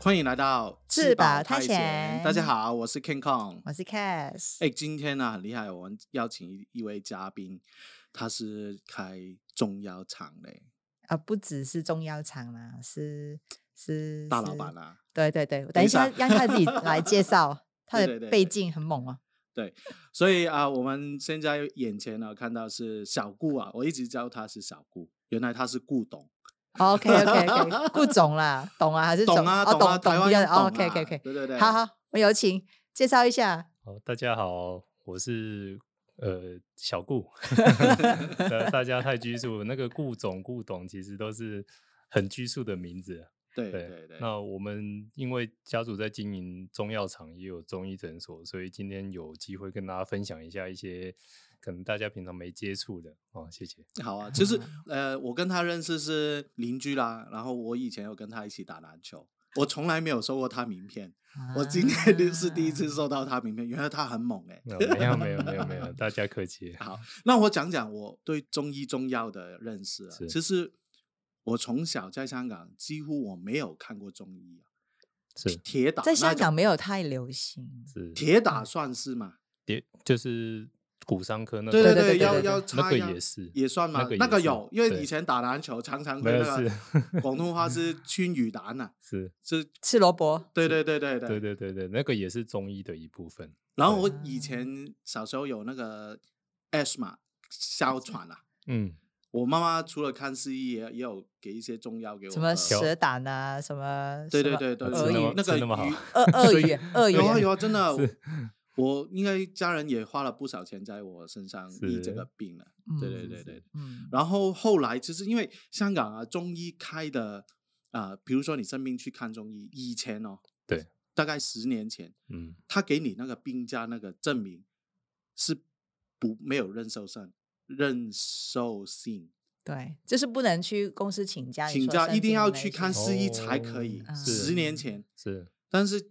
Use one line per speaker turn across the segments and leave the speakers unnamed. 欢迎来到
自保探
探
险
大家好，我是 King Kong。
我是 Cass，
哎、今天呢、很厉害，我们邀请一一位嘉宾，他是开中药厂的
啊，不只是中药厂啦，是是
大老板啊
啦。
啦、
对 对对，等
等一
一下
下
让他自己来介绍，他
对
的
对对
背
对
景很猛哦。
所以啊、我们现在眼前呢、看到是小顾啊，我一直叫他是小顾，原来他是顾董，
OK OK OK，顾总啦，哦懂啊还是
懂啊
哦
啊，
懂
台湾
比较
人懂啊、
OK OK OK，
对对对，
好好，我有请介绍一下。
好，哦大家好，我是呃小顾， 呃大家太拘束了，那个顾总、顾董其实都是很拘束的名字啊。
对
对
对对，
那我们因为家族在经营中药厂，也有中医诊所，所以今天有机会跟大家分享一下一些可能大家平常没接触的哦。谢谢。
好啊，其实
嗯
呃，我跟他认识是邻居啦，然后我以前有跟他一起打篮球，我从来没有收过他名片，我今天是第一次
啊
收到他名片，原来他很猛 哎、
那没有没有没有没有，大家客气。
好， 那我讲讲我对中医中药的认识啊
是。
其实我从小在香港，几乎我没有看过中医啊，
是
铁打
在
那
香
种
港没嗯有太流行，
是，
铁打算是嘛？
也就是骨伤科那
对
种
对对对
要
对
要
那
插
个
药
也是
也算嘛
那个，
那
也
个
是
有，因为
对
以前打篮球常常会
没有
那个 广东话是川渝打 呢，
是。
是，
吃萝卜
啊对对对对
对。对对对，那个也是中医的一部分。
然后我
对
以前小时候有那个 asthma 哮喘啊，
嗯，
我妈妈除了看西医，也也有给一些中药给我
什么
喝
蛇胆啊，什么
呃对
什
对
么
对对，
鳄
所以
鱼
那个
真的 吗
鱼
鳄鳄
所以
鱼鳄鱼
有啊
啊
有啊，真的
是，
我应该家人也花了不少钱在我身上医这
是
个病了。
嗯
对对对
是
对。
嗯
然后后来其实因为香港啊，中医开的啊、呃比如说你生病去看中医，以前哦，
对，
大概十年前，
嗯，
他给你那个病假那个证明是不没有认受性，认受性，
对，就是不能去公司请假，你
请
说
假
生
一定
病
要
那
去
些
看
哦
西医才可以。
嗯
十年前，
是
但是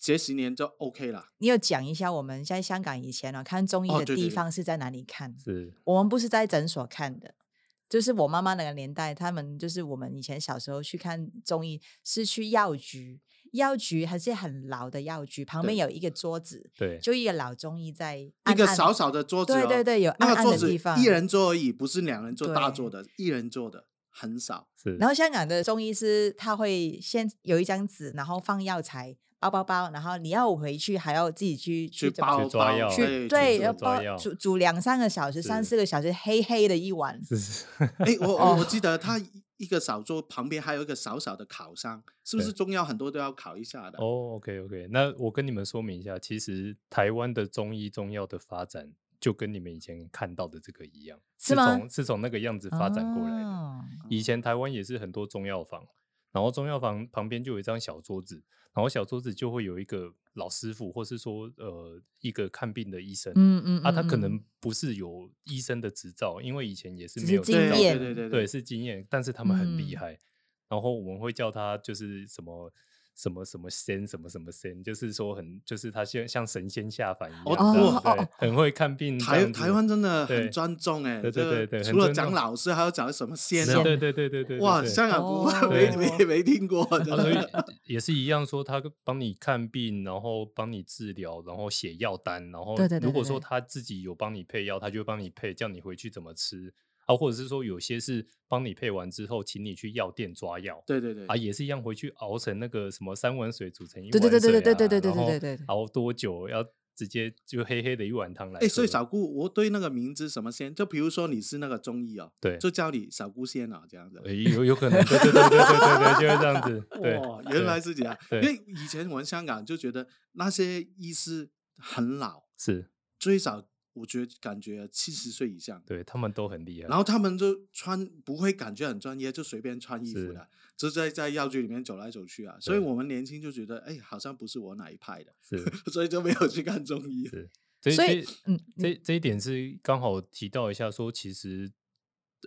这十年就 OK 了。
你有讲一下我们在香港以前呢、看中医
哦
的
对对
地
对
方是在哪里看？
是
我们不是在诊所看的，就是我妈妈那个年代，他们就是我们以前小时候去看中医是去药局，药局还是很老的药局，旁边
对
有一个桌子，
对，
就一个老中医在
一
暗
个
暗
小小的桌子、哦，
对对对有
那
暗
个
暗
桌
的
子
地方
一人坐而已，不是两人坐
对
大坐的，一人坐的很 少。
是，
然后香港的中医师他会先有一张纸，然后放药材包包包，然后你要回去还要自己去
去
怎么
包
哎去抓药
包，
去
自
对，
己
要
做抓
包
药
煮煮两三个小时、三
是
四个小时，黑黑的一碗。
是是，
哎，我我我
哦
记得他一个小桌旁边还有一个小小的烤箱，是不是中药很多都要烤一下的？
哦，OK OK，那我跟你们说明一下，其实台湾的中医中药的发展，就跟你们以前看到的这个一样，
是吗
从是从那个样子发展过来的。
哦
以前台湾也是很多中药房，然后中药房旁边就有一张小桌子，然后小桌子就会有一个老师傅，或是说呃一个看病的医生，
嗯嗯
啊，他可
嗯
能不是有医生的执照，因为以前也
只
是没
是
有执
经
对
照
对
验
对对
对，是经验，但是他们很厉
嗯
害。然后我们会叫他就是什么什么什么仙，什么什么仙，就是说很就是他像像神仙下凡一样
哦
这样，
哦
对
哦
很会看病这
台
样子。
台湾真的很
对
专重哎，
对对
这个
对对很
除了
尊重
讲老师，还要讲什么仙
仙
哦？
对对对对对，
哇，
对
香港不
哦
没
对
没没听过，真
啊，所以
的。
也是一样，说他帮你看病，然后帮你治疗，然后写药单，然后
对对对
如果
对
说
对
他自己有帮你配药，他就会帮你配，叫你回去怎么吃啊，或者是说有些是帮你配完之后，请你去药店抓药。
对对对
啊，，也是一样，回去熬成那个什么三碗水煮成一碗
对
水、啊，
对对对对对对对
然后
对对对
熬多久要直接就黑黑的一碗汤来喝。
哎，所以小顾，我对那个名字什么仙，就比如说你是那个中医哦，
对，
就叫你小顾仙啊，这样子。
诶有有可能，对对对对对对对，就是这 样子。 对，
哇，原来是这样。因
对
为以前我们香港就觉得那些医师很老，
是
最少我觉得感觉七十岁以上，
对他们都很厉害。
然后他们就穿不会感觉很专业，就随便穿衣服
是
的，就在在药局里面走来走去啊。所以
对
我们年轻就觉得，哎，好像不是我哪一派的，
是
所以就没有去看中医。
是，这
所以
这
嗯
这这一点是刚好提到一下，说其实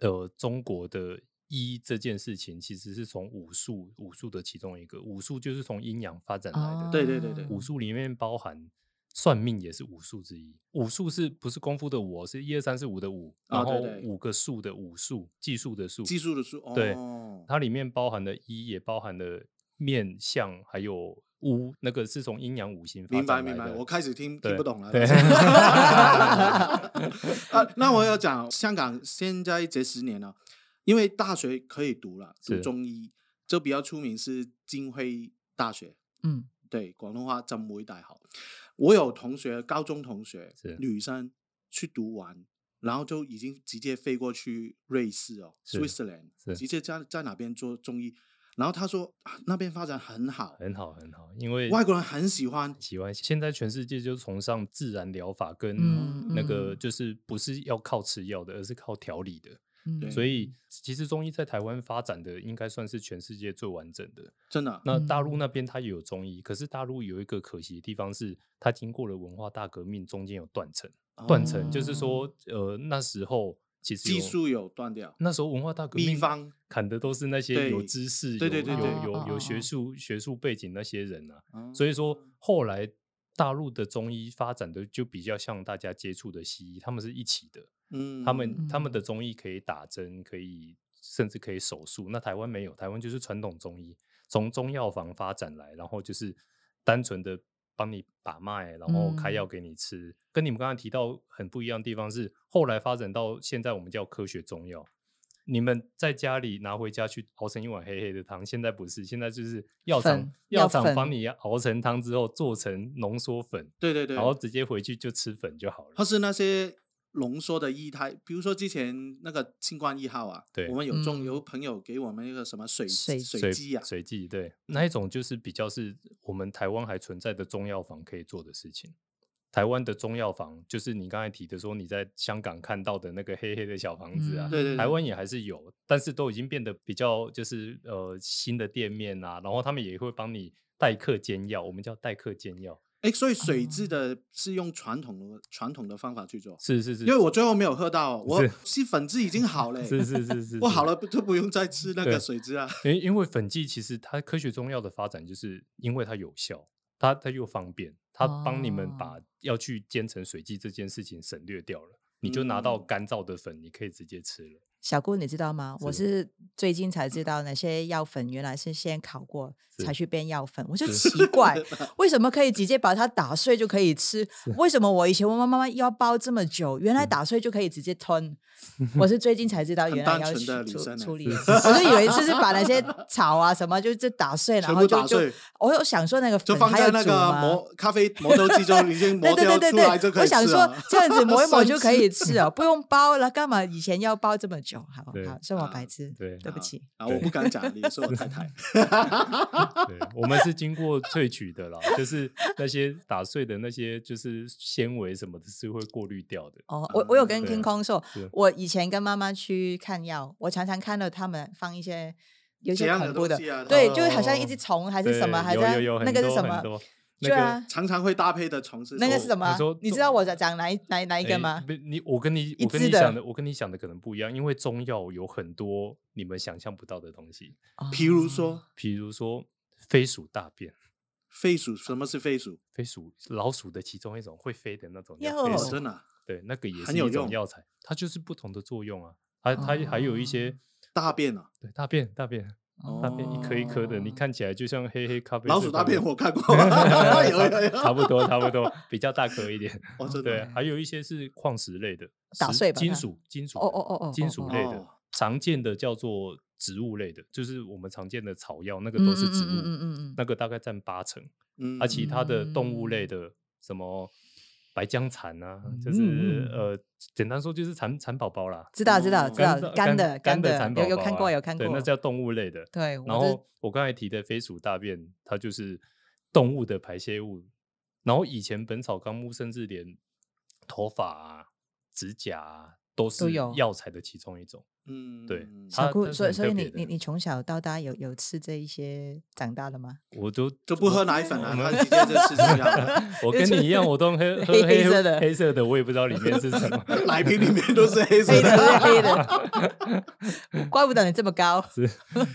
呃，中国的医这件事情其实是从武术武术的其中一个，武术就是从阴阳发展来的。
对对
哦
对对
武术里面包含算命也是武术之一。武术是不是功夫的武哦？是一二三四五的五，
啊
然
对
后
对
五个数的武术，技术的术。
技术的书，
对
哦，
它里面包含了医，也包含了面相还有巫，那个是从阴阳五行发
明白
展
明
来
白，
的
我开始听
对
听不懂了。
对
啊，那我要讲香港现在这十年呢，因为大学可以读了，读
是
中医，就比较出名是金辉大学，
嗯，
对，广东话浸会大学。我有同学，高中同学
是，
女生去读完，然后就已经直接飞过去瑞士哦
是
，Switzerland，
是
直接在在哪边做中医。然后他说、啊那边发展很好，
很好很好，因为
外国人很喜欢，
喜欢。现在全世界就崇尚自然疗法
嗯
跟那个
嗯
就是不是要靠吃药的，而是靠调理的。
嗯
对
所以其实中医在台湾发展的应该算是全世界最完整的。
真的。
那大陆
嗯
那边它也有中医，可是大陆有一个可惜的地方是，它经过了文化大革命，中间有断层。断层就是说，呃，那时候其实有
哦技术有断掉，
那时候文化大革
秘
命
方
砍的都是那些有
对
知识、
对对对
有
对嗯
有有有
哦哦哦
学术学术背景那些人啊。
哦
所以说后来大陆的中医发展的就比较像大家接触的西医，他们是一起的，
嗯，
他们他们
嗯
的中医可以打针，可以甚至可以手术。那台湾没有，台湾就是传统中医，从中药房发展来，然后就是单纯的帮你把脉，然后开药
嗯
给你吃。跟你们刚才提到很不一样的地方是，后来发展到现在我们叫科学中药。你们在家里拿回家去熬成一碗黑黑的汤，现在不是，现在就是药
粉
厂
药
药厂
粉
帮你熬成汤之后做成浓缩粉，
对对对，
然后直接回去就吃粉就好了。
或是那些浓缩的液态，比如说之前那个新冠一号啊，
对
我们有中
嗯
有朋友给我们一个什么水
水
水机啊，
水剂对，那一种就是比较是我们台湾还存在的中药房可以做的事情。台湾的中药房就是你刚才提的说你在香港看到的那个黑黑的小房子啊，
嗯
对对对，
台湾也还是有，但是都已经变得比较就是呃新的店面啊，然后他们也会帮你代客煎药，我们叫代客煎药，
哎，
哦
所以水质的是用传统的传统的方法去做，
是是是，
因为我最后没有喝到，我
是
是粉质已经好了，
是是是是，
我好
了。
了不就不用再吃那个
对
水质啊，
因因为粉剂其实它科学中药的发展，就是因为它有效，它它又方便，它帮你
哦
们把要去煎成水剂这件事情省略掉了，你就拿到
嗯
干燥的粉，你可以直接吃了。
小顾，你知道吗？我是最近才
嗯
知道哪些药粉原来是先烤过
是
才去变药粉，我就奇 怪为什么可以直接把它打碎就可以吃？为什么我以前我妈妈要包这么久，原来打碎就可以直接 吞？我是最近才知道
嗯很
原来
单
要
纯
去
的女
处
生呢
处理，我就以为就是把那 些草啊什么就就打碎，然
全
后
部
就
打
就
碎，
我有想说那个
就
粉
放
还有
在那
煮
个
吗？
磨咖啡磨豆机 就已经磨
对对
掉
对
出
对
来
对
就，可
我
以吃
想说
了。
这样子磨一磨
生
就可 以吃哦，不用包了，干嘛以前要包这么久？好好
对，
算我
啊
白痴，
对
对不
啊
起。
啊，我不敢讲，你是我太太。
对，我们是经过萃取的啦，就是那些打碎的那些就是纤维什么的，是会过滤掉的。
哦，我我有
嗯
跟
对啊
天空说
是，
我以前跟妈妈去看药，我常常看到他们放一些有一
这
些
样的
恐怖
东
的
西啊，
对，就好像一
哦
只虫还是什么，
对
还
有
在
有有
那
很
个是
多
什
很
么？
多那
对
个
啊，
常常会搭配的虫哦是
那个
什么
是什么啊
说？
你知
中
道我在讲哪一哪一哪一个
哎
吗？
不，你我跟你
一
我跟
支
你
的
想的，我跟你想的可能不一样，因为中药有很多你们想象不到的东西，
譬如说
比如说飞鼠大便。
飞鼠，什么是飞鼠？
飞鼠老鼠的其中一种会飞的那种
哟
叫飞
哦
哦，
鼠，
真的啊
对，那个也
很
是
有
一种
用
药材，它就是不同的作用啊。它它还有一
哦
些
大便啊，
对大便大便大便一颗一颗的，你
哦
看起来就像黑黑咖啡
老
色
鼠
咖
大
啡
便我 看过，
差
有有
差
有，
不多差不 多，比较大颗一点。
哦，真
对啊
的，
还有一些是矿石类的，
打
石
碎吧
金
它
属金属
哦
的
哦哦哦
金
哦
属
哦
类的
哦
常见的叫做植物类的，就是我们常见的草药，那个都是
嗯
植
嗯嗯嗯嗯
物
嗯，
那个大概占八成。
嗯
啊，其他的动物类的什么白江蚕啊，就是
嗯
呃，简单说就是蚕蚕宝宝啦，
知道知
哦
道知道，干的
干的
的
蚕，宝
有
宝
有看过
啊
有看过
对，，那叫动物类的。
对，我就
然后我刚才提的飞鼠大便，它就是动物的排泄物。然后以前《本草纲目》甚至连头发啊、指甲啊都是
有
药材的其中一种。
嗯
对它
小顾，
它是
所以
很
所以
特别
你
的
你你从小到大有有吃这一些长大的吗？
我都
就不喝奶粉
嗯
啊，他直接就吃这样，
我跟你一样，我 都喝喝
黑黑
黑
色的
黑色的，我也不知道里面是什么。
奶瓶里面都是黑色
黑
的。
的是黑的，怪不得你这么高。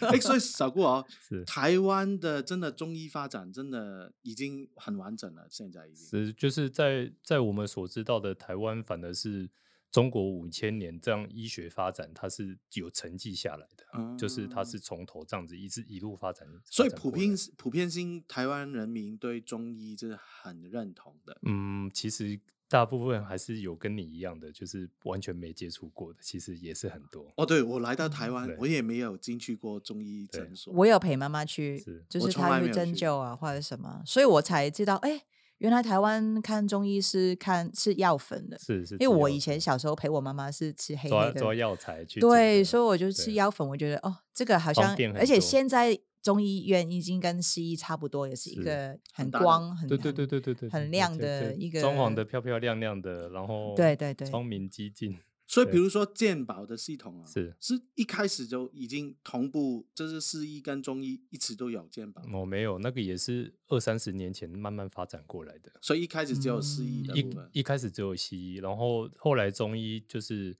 哎，所以小顾哦
是，
台湾的真的中医发展真的已经很完整了，现在已经。
是就是在在我们所知道的台湾，反而是中国五千年这样医学发展，它是有成绩下来的啊，就是
哦
它
嗯
是从头这样子一直一路发展。
所以
发展
普
过来
遍普遍性台湾人民对中医是很认同的。
嗯，其实大部分还是有跟你一样的，就是完全没接触过的，其实也是很多。
哦，对我来到台湾
嗯对，
我也没有进去过中医
对
诊所。
我有陪妈妈去
是，
就
我
是
从
她
来没
去
有
针
去
灸啊或者什么，所以我才知道，哎，原来台湾看中医是看是药粉的，
是是，
因为我
只有
以前小时候陪我妈妈是吃黑
抓
黑
抓
的，
药材去煮
对，
的
所以我就吃
对
药粉，我觉得哦，这个好
方
像
便，
而
很
且
多
现在中医院已经跟西医差不多，也是一
是
个很
大的
光很
对对
很
对对对对，
很
对
亮
对
的
对
一
装潢
个
的漂漂亮亮的，然后
对对对
窗明几净，
所以，
对
比如说健保的系统啊，
是
是一开始就已经同步，就是西医跟中医一直都有健保，
我哦没有那个也是二三十年前慢慢发展过来的。
所以一开始只有西医的部分。
一一开始只有西医，然后后来中医就是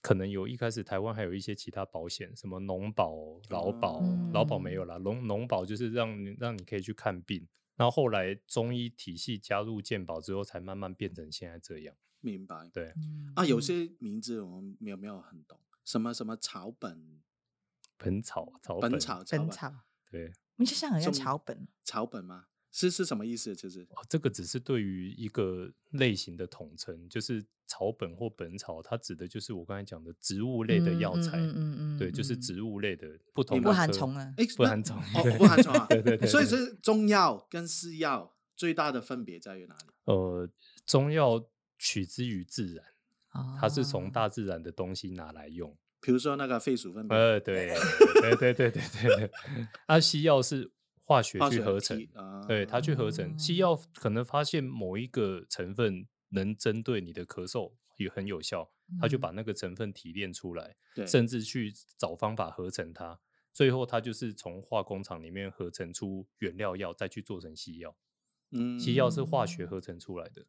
可能有一开始台湾还有一些其他保险，什么农保、劳保、
哦
劳保没有啦，农农保就是让你让你可以去看病。然后后来中医体系加入健保之后，才慢慢变成现在这样。
明白
对，
啊，有
嗯
些名字我们没有没有很懂，什么什么草本、
本草草
本草、草
本草，
本、
对，
我就像好像
中
草本，
草本吗？是是什么意思？其实
哦，这个只是对于一个类型的统称，就是草本或本草，它指的就是我刚才讲的植物类的
嗯
药
嗯
材。
嗯嗯嗯
对，就是
嗯
植物类的不同
明
的
白
不含
科
虫啊，
哎，
不
那
含虫对
哦，不含虫啊，
对对对
所以
对
是中药跟西药最大的分别在于哪里？
呃，中药取之于自然，它是
哦
从大自然的东西拿来用。
比如说那个肺鼠分别，
呃，对，对对对对对对。啊，西药是化学
化
去
学
合
提
成，
啊
对它去合成。西
哦
药可能发现某一个成分能针对你的咳嗽也很有效，它就
嗯
把那个成分提炼出来，
对
甚至去找方法合成它。最后，它就是从化工厂里面合成出原料药，再去做成西药。
嗯
西药是化学
嗯
合成出来的，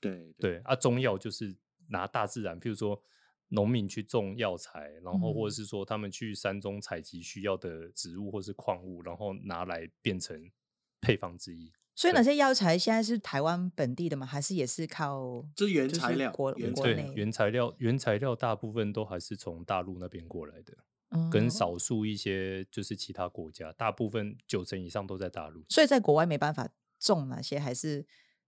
对
对啊，中药就是拿大自然，譬如说农民去种药材，然后或
嗯
者是说他们去山中采集需要的植物或是矿物，然后拿来变成配方之一。
所以那些药材现在是台湾本地的吗？还是也是靠哦
这原
就是
材料
国
原
国
材
对
内，
原材料原材料大部分都还是从大陆那边过来的，跟
嗯？
少数一些就是其他国家，大部分九成以上都在大陆。
所以在国外没办法种哪些，还是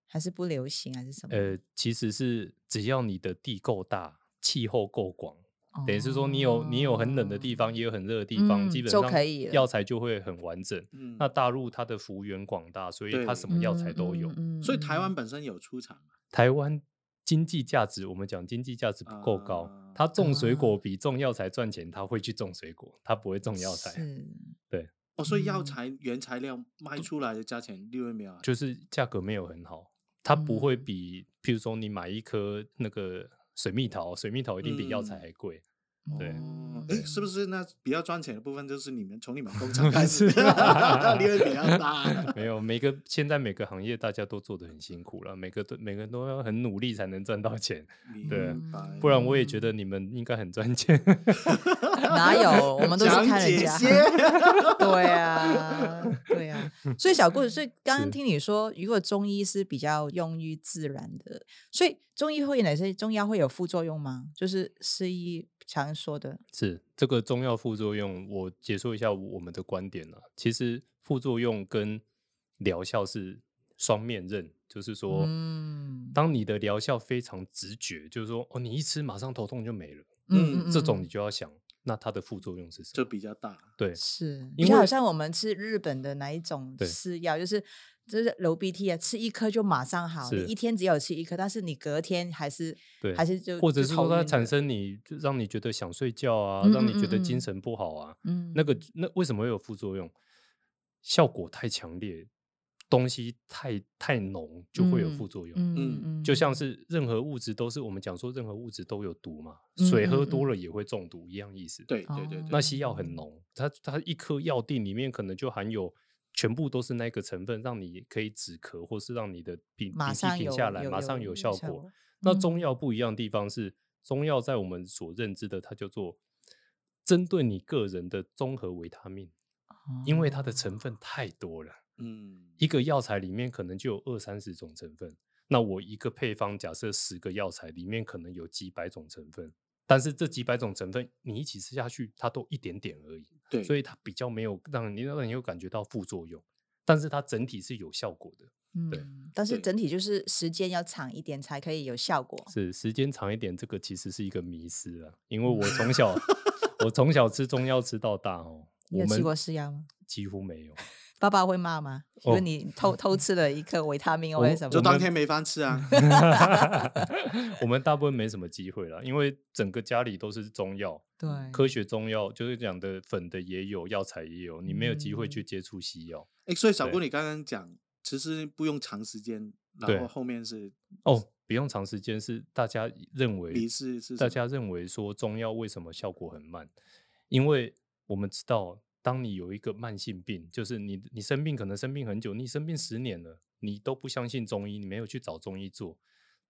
还是不流行，还是什么？
呃，其实是只要你的地够大，气候够广，
哦，
等于是说你有你有很冷的地方，也有很热的地方，
嗯
基本
就
上
可以了
药材就会很完整。
嗯
那大陆它的幅员广大，所以它
对
什么
嗯，
药材都有。
嗯
所以台湾
嗯
本身有出产嘛？
台湾经济价值，我们讲经济价值不够高，
啊
它种水
啊
果比种药材赚钱，它会去种水果，它不会种药材，
嗯是
哦，所以药
嗯
材原材料卖出来的价钱利润没有啊？
就是价格没有很好，它不会
嗯
比，譬如说你买一颗那个水蜜桃，水蜜桃一定比药材
嗯
还贵。对
哦
哦，
哎，是不是那比较赚钱的部分就是你们从 你们工厂开始，
是
利 润比较大？
没有，每个现在每个行业大家都做的很辛苦了，每个都每个人都要很努力才能赚到钱，对
明白
不然我也觉得你们应该很赚钱。
哪有？我们都是
讲
看人
解
家。
些
对啊，对 啊。所以小顾，所以刚刚
是
听你说，如果中医是比较用于自然的，所以中医会有哪些中药会有副作用吗？就是西医常说的，
是这个中药副作用，我解说一下我们的观点啦。其实副作用跟疗效是双面刃，就是说，
嗯
当你的疗效非常直觉，就是说，哦，你一吃马上头痛就没了，
嗯
这种你
嗯
就要想，那它的副作用是什
就
么？
比较大。
对，
是，
因
就好
为
像我们吃日本的哪一种
对
吃药，就是就是流鼻涕啊，吃一颗就马上好，你
是
一天只有吃一颗，但是你隔天还是
对
还是就
或者
就是头
说它
晕
产
了
生你就让你觉得想睡觉啊，
嗯
让你
嗯
觉得
嗯
精
嗯
神不好啊，
嗯
那个那为什么会有副作用？效果太强烈，东西太太浓就会有副作用。
嗯
就像是任何物质都是我们讲说任何物质都有毒嘛，水
嗯
喝
嗯
多
嗯
了也会中毒，一样意思。，
对对对
那
对，
西药很浓，它它一颗药锭里面可能就含有。全部都是那个成分，让你可以止咳，或是让你的鼻
马
鼻涕
上
停
有
下来，
有
马上
有
有效
效
果
果。
那
嗯
中药不一样的地方是，中药在我们所认知的，它叫做针对你个人的综合维他命，因
哦
为它的成分太多了，
嗯，
一个药材里面可能就有二三十种成分。那我一个配方，假设十个药材里面可能有几百种成分，但是这几百种成分你一起吃下去，它都一点点而已，
对，
所以它比较没有让你让你有感觉到副作用，但是它整体是有效果的。对
嗯，但是
对
整体就是时间要长一点才可以有效果。
是时间长一点，这个其实是一个迷失啊，因为我从 小我从小吃中药吃到大哦，
你
我
有吃
们
过西药吗？
几 乎没有，
爸爸会骂吗？
哦
如果你偷偷吃了一颗维他命
我嗯
或者什
就
么的？
当天没饭吃啊。
我们大部分没什么机会了，因为整个家里都是中药，
对，
科学中药就是讲的粉的也有，药材也有，你没有机会去
嗯
接触西药。
哎，所以小
对
顾你刚刚讲，其实不用长时间，
对
然后后面是
哦，不用长时间，是大家认为
离世是什
大
么
家认为说中药为什么效果很慢？因为我们知道，当你有一个慢性病，就是你你生病可能生病很久，你生病十年了，你都不相信中医，你没有去找中医做，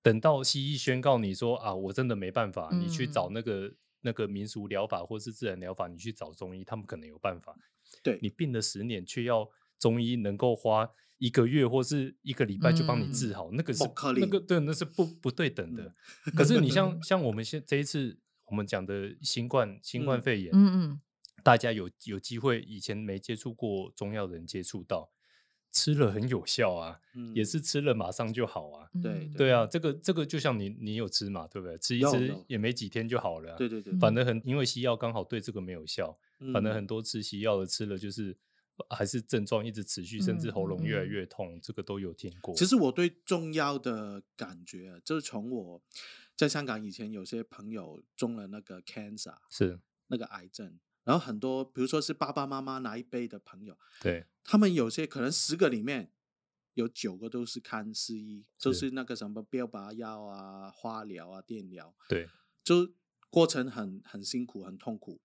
等到西医宣告你说啊，我真的没办法，你去找
嗯
那个那个民俗疗法或是自然疗法，你去找中医，他们可能有办法。
对
你病了十年，却要中医能够花一个月或是一个礼拜就帮你治好，那个是
嗯不嗯可
那
能
个对，那是不不对等的。 可是你 像像我们现这一次我们讲的新冠新冠
嗯
肺炎，
嗯
大家有有机会以前没接触过中药的人接触到，吃了很有效啊，
嗯
也是吃了马上就好啊。
嗯，
对
嗯
对啊，这个这个就像你你有吃嘛，对不对？吃一
有
吃
有
也没几天就好了啊、
对对对，
反正很因为西药刚好对这个没有效，反正
嗯
很多吃西药的吃了就是。还是症状一直持续，甚至喉咙越来
嗯嗯嗯
越痛，这个都有听过。
其实我对中药的感觉啊，就是从我在香港以前有些朋友中了那个 cancer
是
那个癌症，然后很多比如说是爸爸妈妈那一辈的朋友，
对，
他们有些可能十个里面有九个都是看西医，就是是那个什么标靶药啊、化疗啊、电疗，
对
就过程很很辛苦、很痛苦，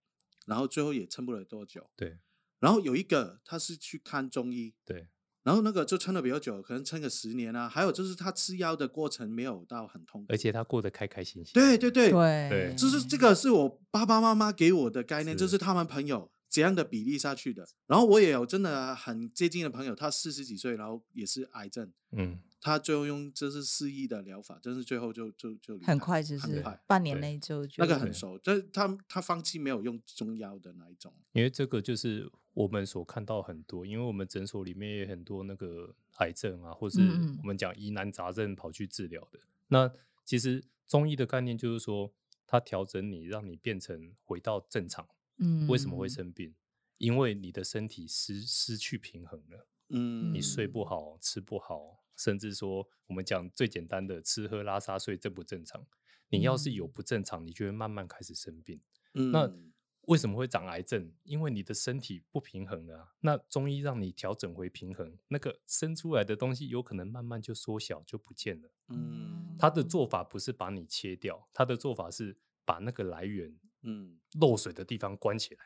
然后最后也撑不了多久。
对
然后有一个他是去看中医，
对，
然后那个就撑的比较久，可能撑个十年啊。还有就是他吃药的过程没有到很痛苦，
而且他过得开开心心。
对对对，
对，
就是这个是我爸爸妈妈给我的概念，
是
就是他们朋友怎样的比例下去的。然后我也有真的很接近的朋友，他四十几岁，然后也是癌症，
嗯，
他最后用就是四亿的疗法，真是最后就就就离
很
开
快，就
很
是
快，
半年
对
内就
那个
就
很熟，就是他他放弃没有用中药的那一种，
因为这个就是我们所看到很多，因为我们诊所里面也很多那个癌症啊，或是
嗯嗯
我们讲疑难杂症跑去治疗的。那其实中医的概念就是说，它调整你，让你变成回到正常。
嗯，
为什么会生病？因为你的身体失失去平衡了，
嗯，
你睡
嗯
不好，吃不好，甚至说我们讲最简单的吃喝拉撒睡正不正常？你要是有
嗯
不正常，你就会慢慢开始生病。
嗯，
那为什么会长癌症？因为你的身体不平衡了、啊。那中医让你调整回平衡，那个生出来的东西有可能慢慢就缩小，就不见了。
嗯
他的做法不是把你切掉，他的做法是把那个来源
嗯
漏水的地方关起来。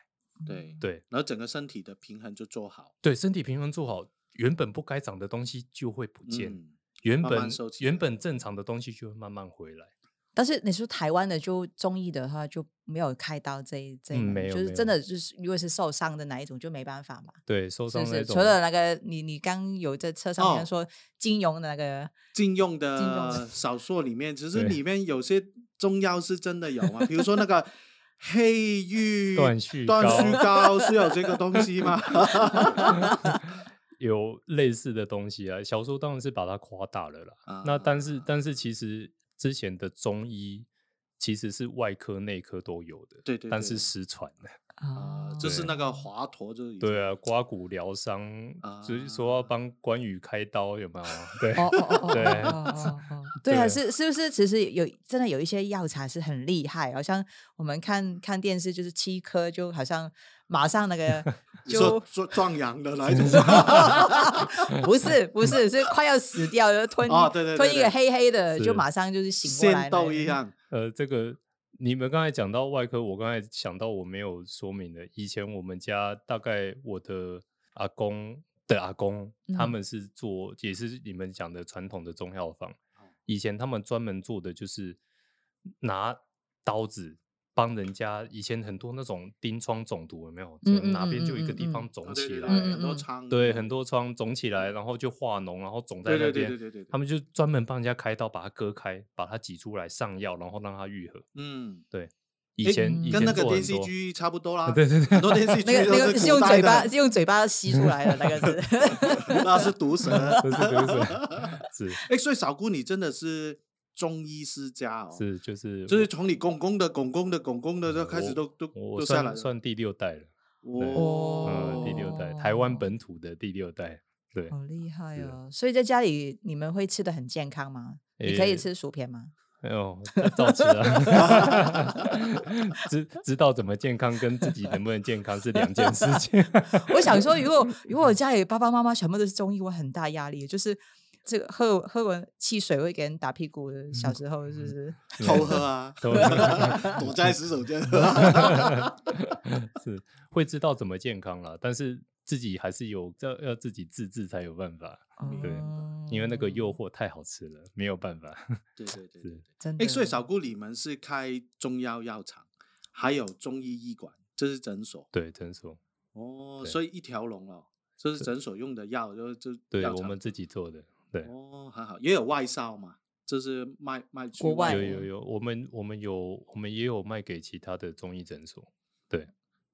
对，
对
然后整个身体的平衡就做好，
对，身体平衡做好，原本不该长的东西就会不见，
嗯，
原
慢
本
慢收起
原
来
本正常的东西就会慢慢回来。
但是你说台湾的就中医的话就没有开刀这一这一
嗯
门
没有
就是
没
真
有
的就是如果是受伤的哪一种就没办法嘛，
对，受
是
伤
不
那
是？
种
除了那个你你刚有在车上面
哦
说金融的那个，
禁用
禁用
的少数里面，其实
对
里面有些中药是真的有嘛， 比如说那个黑玉
断续
断
膏
续膏是有这个东西 吗？
有类似的东西啊。小说当然是把它夸大了啦。那但是
啊
但是其实之前的中医其实是外科、内科都有的，
对对
但
对
是失传了。
啊
哦，
就是那个华佗，就是已经
对啊，刮骨疗伤，就是说要
啊
帮关羽开刀，有没有？对
哦哦哦哦
对
哦 哦哦，对啊，
对
是是不是？其实有真的有一些药材是很厉害，好像我们看看电视就是七颗，就好像马上那个
你说
就
说壮阳的 那一种
不是不是是快要死掉，就吞
哦对对对
吞一个
对
黑黑的，
是
就马上就是醒过来
仙
了，
豆一样，
呃，这个你们刚才讲到外科，我刚才想到我没有说明的，以前我们家大概我的阿公的阿公，他
嗯
们是做也是你们讲的传统的中药房
哦，
以前他们专门做的就是拿刀子帮人家以前很多那种疔疮肿毒有没有？
嗯
可能哪边就一
嗯
个
嗯
地
嗯
方肿
啊对
起
对
来，
对很
嗯
多
嗯
仓，
对，很多疮肿起来，然后就化脓，然后肿在
对对对
那
对
边。
对对，
他
们
们就专门帮人家开刀，把它割开，把它挤出来上药，然后让它愈合。
嗯，
以
诶
前以
跟
前
那个
做很
电视
多，
剧差不多啦，
对对
很
对，
多电视剧
嗯那个那
都
个
古
是用
代
嘴
的
巴是用嘴巴吸出来的那 个是。
那是毒蛇。
都是毒蛇，是
哎，所以小姑你真的是中医世家哦，
是就是
就是从你公公的、公公的、公公的，就开始
我
都都
我
都下来
算
了。
算第六代了，
哦
嗯，第六代台湾本土的第六代，对，
好厉害
是
哦！所以在家里你们会吃的很健康吗？你可以
诶
吃薯片吗？
哎呦，照 吃啊， 知知道怎么健康跟自己能不能健康是两件事情，
我想说，如果如果我家里爸爸妈妈全部都是中医，我很大压力，就是这个喝喝完汽水会给人打屁股的。
嗯
小时候是不是？
偷 喝啊，
偷喝啊
躲在洗手间喝啊。
是会知道怎么健康了，但是自己还是有要要自己自制才有办法，对
哦
因为那个诱惑太好吃了，没有办法。
对对对对
是。
真的。
哎，所以小姑你们是开中药药厂，还有中医医馆，这是诊所
对，诊所，
哦，
对
所以一条龙哦，这是诊所用的药，就就
对
药
我
厂
们自己做的，对，
哦，很好，也有外销嘛，这是卖卖去
国外
有
国
有有，我们我们有我们也有卖给其他的中医诊所，对，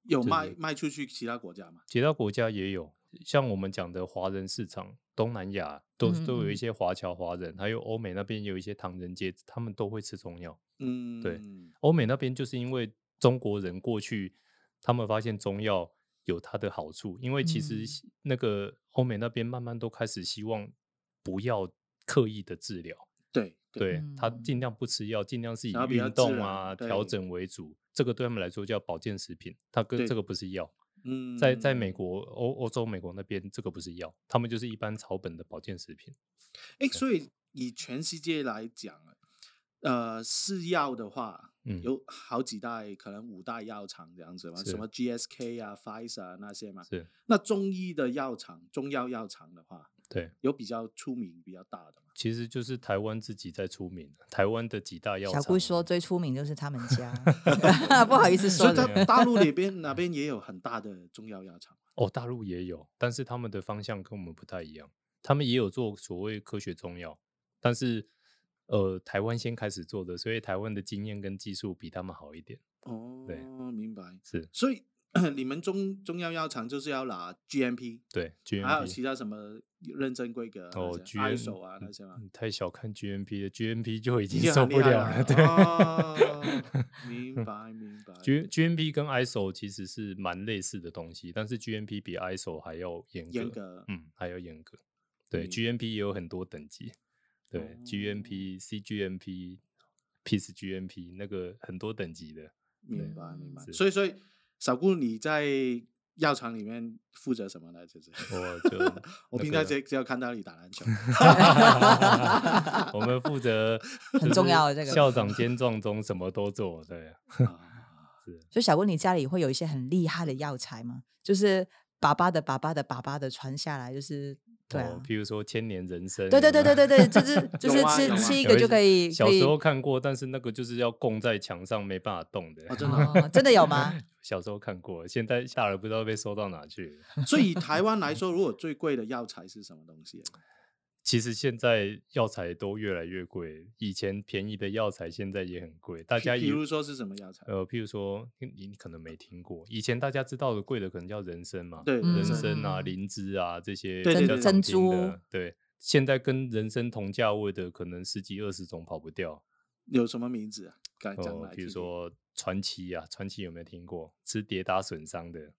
有
就是
卖卖出去其他国家嘛？
其他国家也有，像我们讲的华人市场，东南亚都
嗯
都有
嗯
一些华侨华人，还有欧美那边有一些唐人街，他们都会吃中药。
嗯，
对欧美那边就是因为中国人过去，他们发现中药有它的好处，因为其实
嗯
西那个欧美那边慢慢都开始希望不要刻意的治疗，
对
对他
嗯
尽量不吃药，尽量是以
然后比较
运
自
动
然
啊调
对
整为主，这个对他们来说叫保健食品，它
对
跟这个不是药。
嗯，
在在美国、欧欧洲、美国那边，这个不是药，他们就是一般草本的保健食品。
哎，所以以全世界来讲，呃，是药的话，
嗯
有好几代，可能五代药厂这样子嘛，
是
什么 GSK 啊、Pfizer 啊那些嘛。
是，
那中医的药厂，中药药厂的话，
对，
有比较出名、比较大的嘛？
其实就是台湾自己在出名，台湾的几大药
小
厂。
姑说最出名就是他们 家， 不好意思
所
说
以
了。
在大陆里边哪边也有很大的中药药厂。
哦，大陆也有，但是他们的方向跟我们不太一样。他们也有做所谓科学中药，但是呃，台湾先开始做的，所以台湾的经验跟技术比他们好一点。
哦，
对
明白。
是
所以你们中中药药厂就是要拿 GMP，
对
还有
GMP
其他什么认证规格啊
哦
那些 ISO
，GM
啊那些吗？
你太小看 GMP 了，GMP 就已
已
经
经
受
很
不
厉害
了了。对、
哦 明白明白。
G GMP 跟 ISO 其实是蛮类似的东西，但是 GMP 比 ISO 还要严格，
严格
嗯，还要严格。对
明
，GMP 也有很多等级，对、GMP、CGMP、PSGMP 那个很多等级的。
明白明白。
是
所以所以小顾你在药厂里面负责什么呢？就是
我 就
我
那
平常
个
只只有看到你打篮 球。
我们负责
很
就
重
是
要的这个
校长兼撞钟什么都做，对，
啊
所以小姑，你家里会有一些很厉害的药材吗？就是爸爸的爸爸的爸爸的传下来，就是对啊
哦，，譬如说千年人参，
对对对
有没
对
有
对对，就是就
有
是
啊
吃
有啊
吃一
有
个就
一些
可以，
小
可以
时候看过，但是那个就是要供在墙上没办法动的
哦，。真的啊。
哦，真的有吗？
小时候看过，现在下来不知道被收到哪去了。
啊所以以台湾来说，如果最贵的药材是什么东西啊？
其实现在药材都越来越贵，以前便宜的药材现在也很贵。大
比
家
比
以
如说是什么药材
呃，譬如说你你可能没听过，以前大家知道的贵的可能叫人参嘛，
对
人
人参
参啊、
嗯
灵芝啊这些
对
比
对
较
对
常
珍
听的
珠
对。现在跟人参同价位的，可能十几二十种跑不掉。
有什么名字啊？刚讲
哦
来，
比
听听。
如说传奇啊，传奇有没有听过？吃跌打损伤的，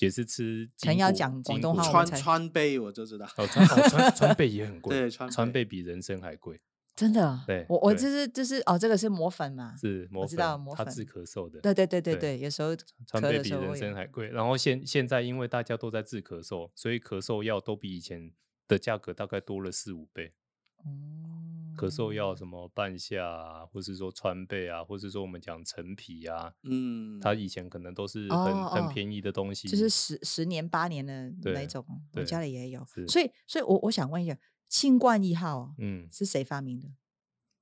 也是吃
可能
筋
要
骨
讲广
筋
东
骨
话我
川
才
川贝我就知道。
哦，川哦川川贝也很贵，
对川
川
贝
贝比人参还贵，
真的啊，
对
我我
对
就是就是哦，这个是磨粉嘛，
是磨
我知道
粉
磨
它
粉
治咳嗽的。
对对对对
对
对，有时候咳
川贝
的
比
时候
人
会有
参还贵，然后现现在因为大家都在治咳嗽，所以咳嗽药都比以前的价格大概多了四五倍。
嗯
咳
哦
嗽药什么半夏啊，或是说川贝啊，或是说我们讲陈皮啊，
嗯，
它以前可能都是很、
哦哦
很便宜的东西，
就是十十年八年的那
对
种，我家
对
里也有，
是
所以所以我我想问一下，新冠一号哦
嗯，
是谁发明的？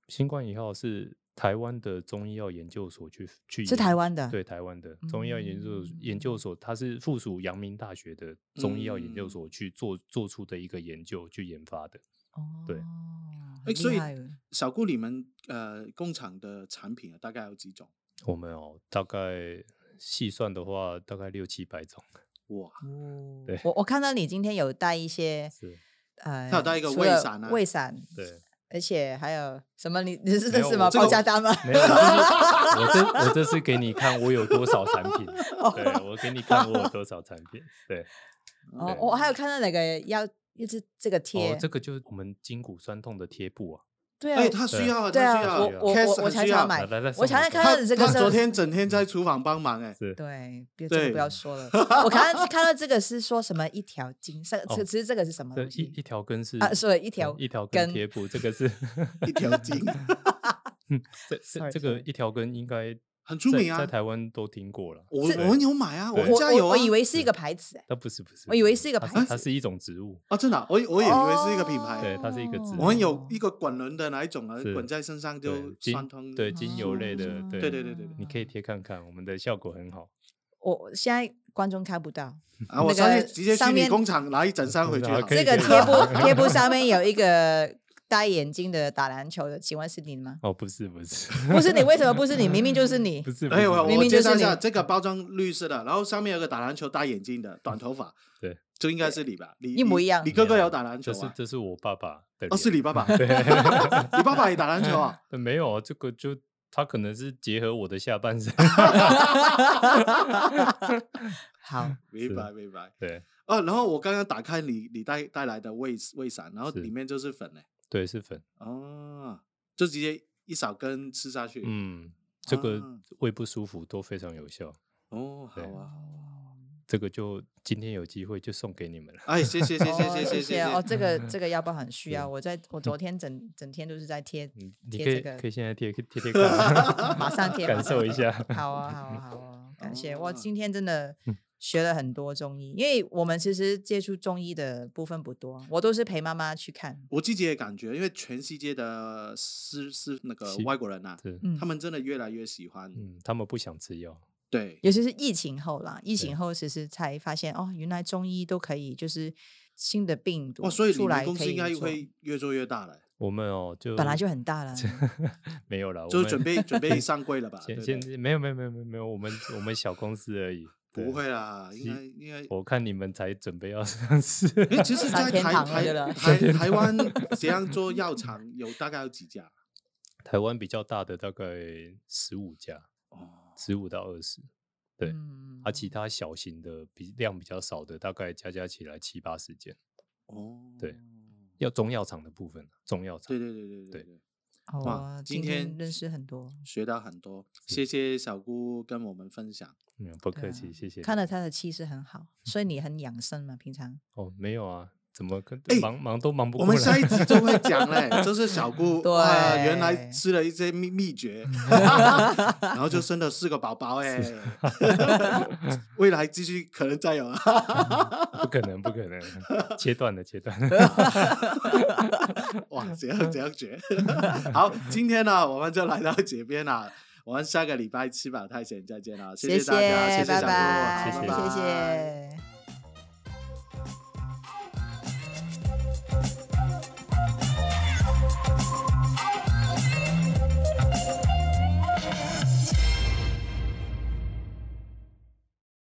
新冠以后是台湾的中医药研究所去去
是
研
台湾的嗯
对台湾的中医药研究所研究所，它是附属阳明大学的中医药研究
嗯
所去做做出的一个研究去研发的。
哦，
对
很
哎，所
厉
以
害哦耶
小顾你们呃工厂的产品啊大概有几种？
我们哦，大概细算的话，大概六七 百种。
哇，
哦
对
我我看到你今天有带一些
是，
呃，
他有带一个
除
胃
了
散啊
胃散，
对，
而且还有什么？你你是这
没有
是吗？
我这
报
个
价单吗？
没有啦，就是我这我这次给你看我有多少产 品，对我给你看我有多少产品，对。
哦
对，
我还有看到那个要就是这个贴，
哦，这个就是我们筋骨酸痛的贴布啊。
对啊
哎，，他需要，
对
他
啊
需，
我
要
我
Cass
我我
很
常
需要啊
常买
来来来，
我常
送我
常
一
看
个
到
他
你这个
他
是
昨天整天在厨房帮忙哎，
是
对，别这个
对
不要说 了。我看到看到这个是说什么一条筋，这这
哦
其实这个是什么
这
东
一
西
一？条根是
啊所以一
对
条
一条
根
根贴布，这 个是
一条筋，
这这
Sorry，
这个
sorry
一条根应该
很出名
在
啊
在台湾都听过了。
我
对
我们有买啊，
对
们家有
我
啊，
我以为是一个牌子，哎
那不是不是，
我以为
不
是一个
它
牌
它
子
是一种植物，
啊，真的啊，我以我也以为是一个品
对
牌，
哦
啊
它是一个字
我们
嗯
有一个滚轮的哪一种啊，
是
滚在身上就
对精
酸痛，啊
对精油类的
哦
对
对对对对对
你可以贴看看，我们的效果很好。
我 我现在观众看不到，
啊，我
那
上
个
去直接去
上
你
面啊
工厂拿一整箱回去啊好了，
可以
这个
可以
贴布贴布上面有 一个戴眼镜的打篮球的，请问是你吗？
哦，不是不是
不是你，为什么不是你？明明 就是你
不。是，不
哎，
是
我
不是
明
我
明就
介
是
绍一下，
你
这个包装绿色的，然后上面有个打篮球戴眼镜的，短头发，
对，
就应该是你吧？你
一模
你
一样
你哥哥有打篮球
这是
啊？
这是我爸爸的
哦，
脸
是你爸爸，
对
你爸爸也打篮球 啊？
呃没有啊，这个就他可能是结合我的下半 身，
好，
明白明白。
对
哦，然后我刚刚打开你你带带来的胃胃散，然后
是
里面就是粉嘞，
对是粉，
哦，就直接一勺根吃下去，，
嗯，这个
啊
胃不舒服都非常有效，
哦，好
对
啊，好啊
这个就今天有机会就送给你们了。
哎，谢谢谢谢
哦
谢谢谢
哦，
谢，
这 个这个腰包很需要，
是
我在我昨天整整天都是在贴，
你你
贴
可
这
以
个
可以现在贴贴 贴看，
马上贴，马
感
上
受
贴
一下。
好啊，好啊，好啊，感谢！我
哦
今天真的学了很多中医，因为我们其实接触中医的部分不多，我都是陪妈妈去看。
我自己也感觉，因为全世界的是是那个
是
外国人呐、啊
是，
嗯
他，们真的越来越喜欢，
嗯，他们不想吃药，
对，
尤其是疫情后啦，疫情
对
后其实才发现哦，原来中医都可以，就是新的病毒
哇，哦所以你
出
们
来
公
可
司应该
以做，
会越做越大了，
我们哦就
本来就 很大了。
没有了，我
就是准
们
备准备 上柜了吧？对
现
不
现
对
没有没有没有没有没有，我们我们小公司而已，
不
对
会啦，应该
是
应该。
我看你们才准备要 上市，
因为其实， 在
上天
台
堂了对
台
了
台台湾这样做药厂有大概有几家？
台湾比较大的大概十五家，
哦，
十五到二十，对
嗯
啊，其他小型的比量比较少的，大概加加起来七八十间。
哦，
对要中药厂的部分，中药厂
对对对对对
对
对，
好
哇
啊，
今
今天
天
认识很多，
学到很多，谢谢小姑跟我们分享。
嗯，不
对
客
啊
气，谢谢你。
看了他的气色很好，所以你很养生嘛，平常
哦，没有啊，怎么跟
哎
忙忙都忙不
我
过
们下
来
一。集就会讲嘞， 就是小姑
对
哇，原来吃了一些秘秘 诀，然后就生了四个宝宝哎， 未来继续可能再有啊。
不可能，不可能，切断了，切断了。
哇，怎
嗯
样怎样绝！ 好，今天呢，我们就来到这边了。我们下个礼拜吃饱太闲再见了，谢
谢
大家，谢
拜
小
拜，
姑，好
谢
拜
谢
拜
谢。